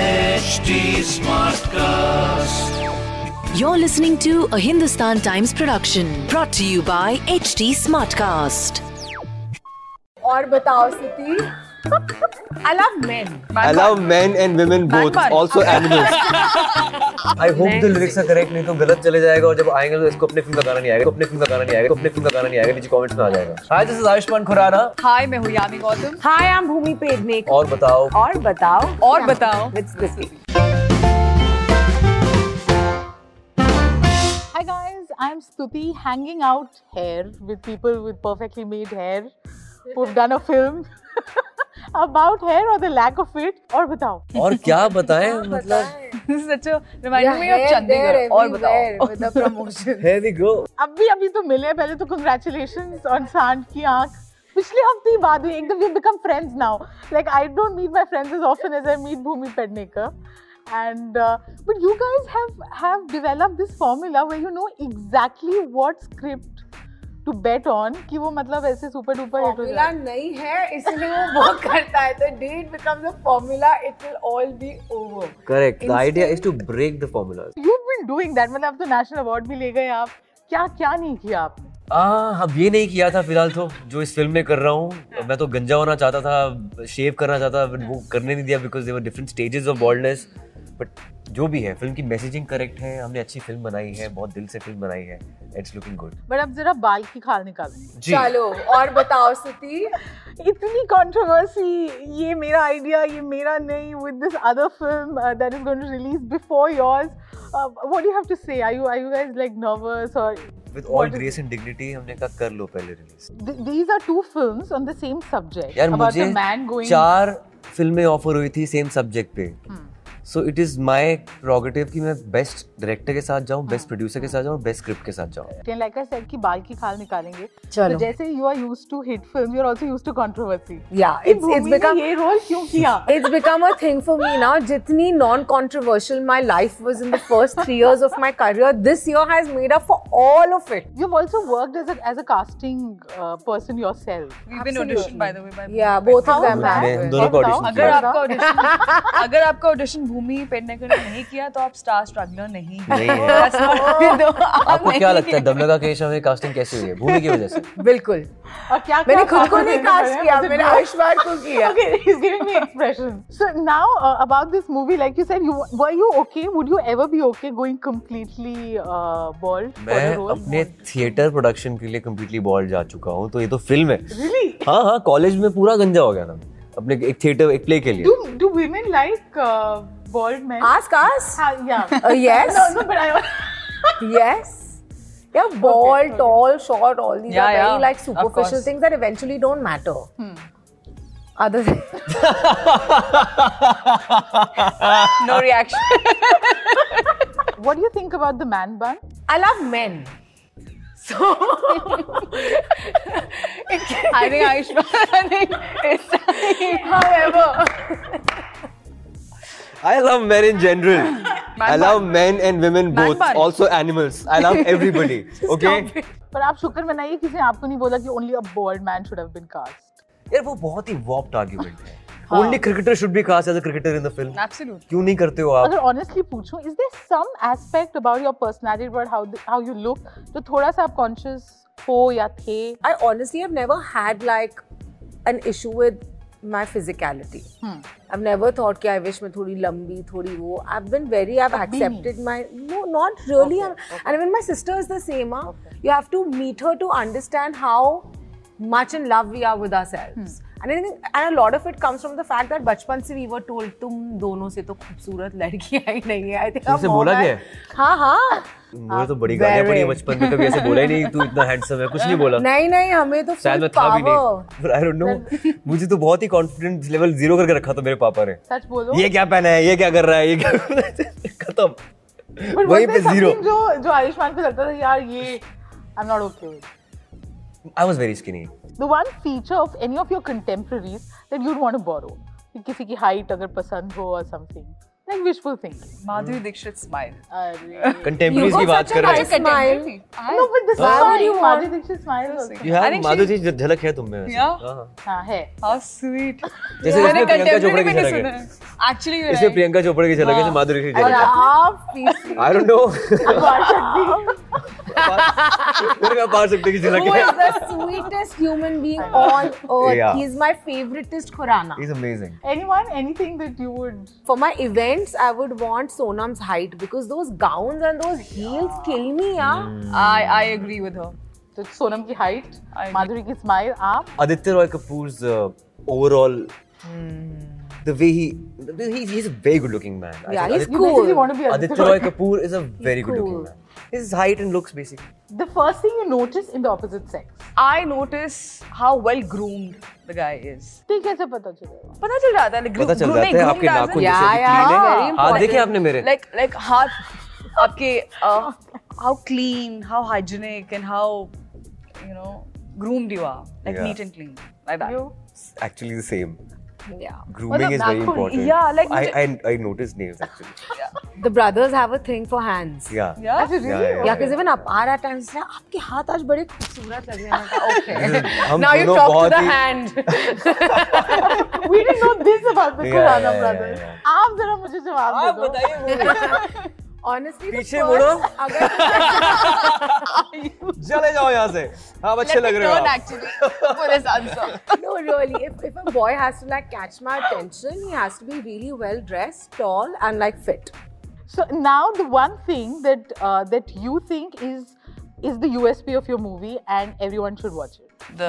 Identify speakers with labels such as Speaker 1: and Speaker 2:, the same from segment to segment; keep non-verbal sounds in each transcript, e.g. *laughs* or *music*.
Speaker 1: HD Smartcast.
Speaker 2: You're listening to a Hindustan Times production brought to you by HT Smartcast.
Speaker 3: और बताओ city I love men
Speaker 4: I love men and women both,
Speaker 3: Backward.
Speaker 4: also animals.
Speaker 3: *laughs*
Speaker 4: I hope the lyrics are correct, नहीं तो गलत चले जाएगा और जब आएंगे तो इसको अपने फिल्म का गाना नहीं आएगा इसको अपने फिल्म का गाना नहीं आएगा इसको अपने फिल्म का गाना नहीं आएगा नीचे कमेंट्स में आ जाएगा hi this is Ayushmann Khurana
Speaker 3: hi मैं हूँ यामी गौतम
Speaker 5: हाय आई एम भूमि पेडनेक
Speaker 4: और बताओ
Speaker 5: और बताओ
Speaker 3: और बताओ
Speaker 5: it's this
Speaker 6: Hi guys, I'm Stuti hanging out here with people with perfectly made hair who've done a film *laughs* about hair or the lack of it. और बताओ
Speaker 4: और क्या बताएं मतलब
Speaker 3: सच रिमाइंड मी ऑफ चंडीगढ़ और बताओ
Speaker 5: with the promotion
Speaker 4: here we go
Speaker 6: अब भी अभी तो मिले पहले तो congratulations on सांड की आंख पिछले हफ्ते ही बात हुई एकदम we become friends now like I don't meet my friends as often as I meet Bhumi Pednekar and uh, but you guys have have developed this formula where you know exactly what script to bet on कि वो मतलब ऐसे super duper hit हो
Speaker 5: formula
Speaker 6: जाए
Speaker 5: नहीं है इसलिए वो वर्क करता है तो the date becomes a formula it will all be over
Speaker 4: correct the idea is to break the formulas
Speaker 6: you been doing that मतलब आप तो नेशनल अवार्ड भी ले गए आप क्या क्या नहीं किया आपने
Speaker 4: हाँ अब ये नहीं किया था फिलहाल तो जो इस फिल्म में कर रहा हूँ मैं तो गंजा होना चाहता था शेव करना चाहता था बट वो करने नहीं दिया because they were different stages of boldness but जो भी है फिल्म की मैसेजिंग करेक्ट है हमने अच्छी फिल्म बनाई है बहुत दिल से फिल्म बनाई है इट्स लुकिंग गुड
Speaker 6: बट अब जरा बाल की खाल निकालो
Speaker 4: जी
Speaker 5: चलो और बताओ सिटी
Speaker 6: इतनी कंट्रोवर्सी ये मेरा आइडिया ये मेरा नहीं with this other film that is going to release before yours what do have to say are you are you guys like nervous और
Speaker 4: with all grace and dignity हमने कहा कर लो पहले release
Speaker 6: these are two films on the same subject
Speaker 4: यार
Speaker 6: about the
Speaker 4: मुझे
Speaker 6: man going
Speaker 4: चार फिल्में ऑफर हुई थी सेम सब्जेक्ट पे so it is my prerogative कि मैं बेस्ट डायरेक्टर के साथ जाऊँ बेस्ट प्रोड्यूसर के साथ जाऊँ बेस्ट स्क्रिप्ट के साथ
Speaker 6: *laughs*
Speaker 4: जाऊँ
Speaker 6: लाइक आई सेड कि बाल की खाल निकालेंगे
Speaker 5: चलो।
Speaker 6: तो जैसे you are used to hit film you are also used to controversy
Speaker 5: या इट्स इट्स बिकम
Speaker 6: ये रोल क्यों किया
Speaker 5: It's become a thing for me now. Jitni non-controversial my life was in the first three years of my career, this year has made up for all of it.
Speaker 6: You've also worked as a, as a casting uh, person yourself.
Speaker 3: We been audition by the way by
Speaker 5: Yeah, both of
Speaker 6: How
Speaker 5: them
Speaker 6: bad?
Speaker 4: मैं
Speaker 5: have.
Speaker 4: दोनों का
Speaker 6: बताओ,
Speaker 4: audition
Speaker 3: अगर
Speaker 4: किया
Speaker 5: *laughs*
Speaker 3: आपका audition अगर आपका audition भूमि पेडनेकर ने नहीं किया तो आप स्टार स्ट्रगलर नहीं हैं।
Speaker 4: नहीं है
Speaker 3: That's not- आप
Speaker 4: आपको
Speaker 3: नहीं
Speaker 4: क्या लगता है दमलगा केश में कास्टिंग कैसे हुई है भूमि की वजह से
Speaker 5: बिल्कुल
Speaker 6: *laughs* और क्या
Speaker 5: मैंने खुद को
Speaker 6: *laughs*
Speaker 5: नहीं कास्ट किया मैंने आयुष्मान को किया
Speaker 6: Okay, he's giving me expressions. So now uh, about this movie, like you said, you were you okay? Would you ever be okay going completely uh, bald
Speaker 4: *laughs*
Speaker 6: for
Speaker 4: मैं
Speaker 6: a role?
Speaker 4: अपने theatre production के लिए completely bald जा चुका हूँ तो ये तो फिल्म है
Speaker 6: Really?
Speaker 4: हाँ हाँ कॉलेज में पूरा गंजा हो गया था अपने एक थिएटर एक प्ले के लिए
Speaker 6: Do do women like uh, bald men?
Speaker 5: Ask us.
Speaker 6: Ah, yeah.
Speaker 5: *laughs* Uh, yes.
Speaker 6: No, no, but I.
Speaker 5: Yes. Yeah, bald, tall, short, all these
Speaker 3: Yeah,
Speaker 5: are very
Speaker 3: yeah,
Speaker 5: like
Speaker 3: of
Speaker 5: superficial
Speaker 3: course.
Speaker 5: things that eventually don't matter. Other
Speaker 3: *laughs*
Speaker 5: than
Speaker 3: no reaction
Speaker 6: *laughs* What do you think about the man bun?
Speaker 5: I love men. So *laughs*
Speaker 3: I think Ayushmann I think it's-
Speaker 5: however.
Speaker 4: I love men in general.
Speaker 5: *laughs*
Speaker 4: I love men and women
Speaker 3: Man
Speaker 4: both,
Speaker 3: bun.
Speaker 4: also animals. I
Speaker 5: *laughs*
Speaker 4: love everybody. okay.
Speaker 6: पर आप शुक्र मनाइए किसी ने आपको नहीं बोला कि only a bald man should have been cast.
Speaker 4: यार वो बहुत ही वॉप्ड आर्गुमेंट है.
Speaker 5: हाँ।
Speaker 4: Only cricketer should be cast as a cricketer in the film.
Speaker 3: Absolutely.
Speaker 4: क्यों नहीं करते हो आप?
Speaker 6: अगर honestly पूछूं, is there some aspect about your personality, about how the, how you look, जो थोड़ा सा आप conscious हो या थे?
Speaker 5: I honestly have never had like an issue with my physicality. I've never thought कि I wish मैं थोड़ी लंबी थोड़ी वो I've been very I've accepted my no not really I'm- and even my sister is the same huh? you have to meet her to understand how much in love we are with ourselves and I think and a lot of it comes from the fact that बचपन से we were told तुम दोनों से तो खूबसूरत लड़की आई नहीं है I think our
Speaker 4: तुमसे
Speaker 5: mom
Speaker 4: बोला
Speaker 5: had-
Speaker 4: गया है?
Speaker 5: हाँ हाँ
Speaker 4: मुझे तो बड़ी गालियाँ पड़ी हैं
Speaker 5: very.
Speaker 4: बचपन में कभी ऐसे बोला ही नहीं तू इतना हैंडसम है कुछ नहीं बोला
Speaker 5: *laughs* नहीं नहीं हमें तो
Speaker 4: शायद
Speaker 5: full
Speaker 4: मैं था भी
Speaker 5: power.
Speaker 4: *laughs* नहीं पर आई डोंट नो
Speaker 3: *laughs*
Speaker 4: मुझे तो बहुत ही कॉन्फिडेंस लेवल जीरो करके रखा था मेरे पापा ने
Speaker 6: सच बोलो
Speaker 4: ये क्या पहना है ये क्या कर रहा है *laughs* ये क्या खत्म
Speaker 6: But was
Speaker 4: वहीं
Speaker 6: there
Speaker 4: पे जीरो
Speaker 6: something जो जो आयुष्मान को लगता था यार ये I am not okay with
Speaker 4: I was very skinny
Speaker 6: the one feature of any of your contemporaries that you want to borrow किसी की हाइट अगर पसंद हो और something like wishful thinking.
Speaker 3: Madhuri Dixit smile.
Speaker 4: Contemporary की बात कर रहे हैं
Speaker 5: Smile.
Speaker 6: No, but this
Speaker 5: Why
Speaker 6: is
Speaker 5: would
Speaker 6: fine.
Speaker 5: you
Speaker 6: Madhuri Dixit smile also.
Speaker 4: You
Speaker 3: I
Speaker 4: have
Speaker 3: think
Speaker 4: Madhuri
Speaker 3: she-
Speaker 4: ji झलक है तुम में वैसे।
Speaker 3: Yeah.
Speaker 4: हाँ।
Speaker 6: हाँ, है.
Speaker 3: How sweet.
Speaker 4: जैसे
Speaker 3: मैंने
Speaker 4: इसमें प्रियंका चोपड़ा
Speaker 3: contemporary
Speaker 4: की
Speaker 3: में नहीं
Speaker 4: झलक
Speaker 3: सुना हाँ।
Speaker 4: है
Speaker 3: है. Actually, you're
Speaker 4: इसमें
Speaker 3: right.
Speaker 4: प्रियंका चोपड़ा की झलक है इसमें माधुरी की
Speaker 5: और
Speaker 4: झलक है
Speaker 5: आप पीसी
Speaker 4: आई डोंट *laughs* नो मेरे को पा सकते की झलक
Speaker 5: who
Speaker 4: है
Speaker 5: is
Speaker 4: *laughs*
Speaker 5: the sweetest human being on earth.
Speaker 4: Yeah.
Speaker 5: He is my favoritist Khurana.
Speaker 4: Is amazing
Speaker 6: *laughs* Anyone, anything that you would.
Speaker 5: For my events, I would want Sonam's height because those gowns and those heels kill me, yeah.
Speaker 3: I, I agree with her.
Speaker 6: तो सोनम की height,
Speaker 3: I-
Speaker 6: Madhuri की smile, आप.
Speaker 4: Aditya Roy Kapoor's uh, overall
Speaker 3: Hmm।
Speaker 4: the way he he's, he's a very good looking man. I
Speaker 5: Yeah, he's
Speaker 4: think
Speaker 6: You
Speaker 4: Aditya,
Speaker 5: Cool.
Speaker 6: basically want to be
Speaker 4: Aditya
Speaker 5: *laughs*
Speaker 4: Roy Kapoor is a very good
Speaker 5: cool.
Speaker 4: looking man. His height and looks basically.
Speaker 6: The first thing you notice in the opposite sex.
Speaker 3: I notice how well groomed the guy is.
Speaker 6: ठीक कैसे पता चलेगा?
Speaker 3: पता चल जाता है like,
Speaker 4: पता चल
Speaker 3: groom-
Speaker 4: जाता है
Speaker 3: नहीं,
Speaker 4: आपके
Speaker 3: groomed as
Speaker 4: नाखून
Speaker 3: in-
Speaker 5: Yeah,
Speaker 4: जैसे
Speaker 5: yeah,
Speaker 4: clean
Speaker 5: very
Speaker 4: है हाथ
Speaker 5: important.
Speaker 4: देखे आपने मेरे
Speaker 3: like like हाथ आपके uh, how clean how hygienic and how you know groomed you are like
Speaker 4: Yeah.
Speaker 3: neat and clean like that
Speaker 6: You?
Speaker 4: actually the same Hmm.
Speaker 5: Yeah.
Speaker 4: grooming is very
Speaker 6: नाखून,
Speaker 4: important
Speaker 3: yeah, like
Speaker 4: I,
Speaker 3: मुझे-
Speaker 4: I I noticed nails
Speaker 5: *laughs*
Speaker 4: actually
Speaker 5: The brothers have a thing for hands.
Speaker 4: yeah
Speaker 3: yeah
Speaker 6: अच्छा, really?
Speaker 4: yeah,
Speaker 5: Yeah, because even Apar at times, says, आपके हाथ आज बड़े खूबसूरत लग रहे हैं. मैं कहा, Okay. *laughs*
Speaker 4: हम
Speaker 5: Now you
Speaker 4: दोनों
Speaker 5: talk to
Speaker 4: बहुत
Speaker 5: the
Speaker 4: ही-
Speaker 5: hand.
Speaker 4: *laughs*
Speaker 6: We didn't know this about the
Speaker 4: Yeah,
Speaker 6: Khurana
Speaker 4: yeah, yeah,
Speaker 6: brothers.
Speaker 4: yeah.
Speaker 6: आप जरा मुझे जवाब दे
Speaker 4: आप
Speaker 6: दो.
Speaker 4: बताइए वो
Speaker 5: Honestly, the
Speaker 4: पीछे
Speaker 5: first-
Speaker 4: मुड़ो।
Speaker 5: अगर *laughs*
Speaker 4: चले जाओ यहाँ से आप अच्छे लग रहे हो आप।
Speaker 3: actually for this answer
Speaker 5: No, really. If, if a boy has to like catch my attention, he has to be really well dressed, tall, and like fit.
Speaker 6: *laughs* So now the one thing that uh, that you think is is the USP of your movie and everyone should watch it.
Speaker 3: the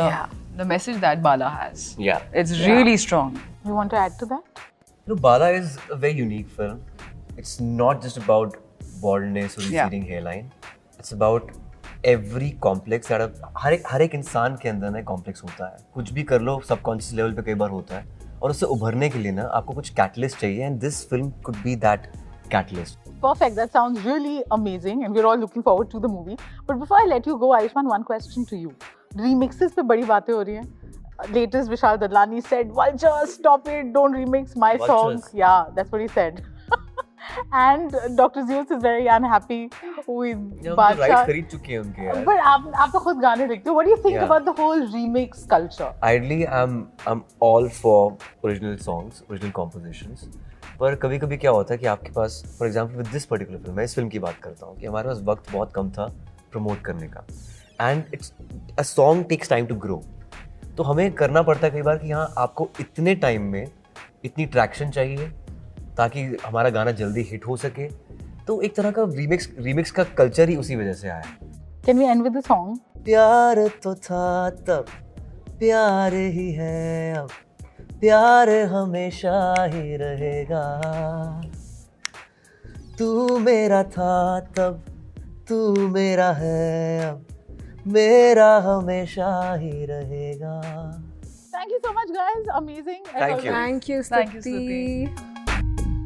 Speaker 3: the message that Bala has
Speaker 4: Yeah.
Speaker 3: it's really strong
Speaker 6: You want to add to that?
Speaker 4: No, Bala is a very unique film. It's not just about baldness or
Speaker 3: Yeah.
Speaker 4: receding hairline. It's about every complex that a- हर एक हर एक इंसान के अंदर ना complex होता है कुछ भी कर लो सबकॉन्शियस लेवल पे कई बार होता है और उससे उभरने के लिए ना आपको कुछ कैटलिस्ट चाहिए and this film could be that catalyst
Speaker 6: Perfect. That sounds really amazing, and we're all looking forward to the movie. But before I let you go, Ayushman, one question to you. Remixes पे बड़ी बातें हो रही हैं. Uh, Latest Vishal Dadlani said, "Vultures, stop it! Don't remix my songs."
Speaker 4: Vultures.
Speaker 6: Yeah, that's what he said. *laughs* and uh, Dr. Zeus is very unhappy with
Speaker 4: rights
Speaker 6: Badshah.
Speaker 4: तो खरीद चुके हैं उनके यार
Speaker 6: But आप आप तो खुद गाने लिखते हो. What do you think
Speaker 4: Yeah.
Speaker 6: about the whole remix culture?
Speaker 4: Ideally I am I am all for original songs original compositions पर कभी कभी क्या होता है कि आपके पास for example with this particular film मैं इस फिल्म की बात करता हूँ कि हमारे पास वक्त बहुत कम था प्रमोट करने का and it's a song takes time to grow तो हमें करना पड़ता है कई बार कि हाँ आपको इतने टाइम में इतनी ट्रैक्शन चाहिए ताकि हमारा गाना जल्दी हिट हो सके तो एक तरह का रीमिक्स रीमिक्स का कल्चर ही उसी वजह से आया है
Speaker 6: Can we end with the song?
Speaker 4: प्यार तो था तब प्यार ही है अब प्यार हमेशा ही रहेगा तू मेरा था तब तू मेरा है अब मेरा हमेशा ही रहेगा
Speaker 6: Thank you so much, guys. Amazing. as
Speaker 4: Thank you.
Speaker 6: always.
Speaker 5: Thank you,
Speaker 3: Thank you,
Speaker 5: Stuti.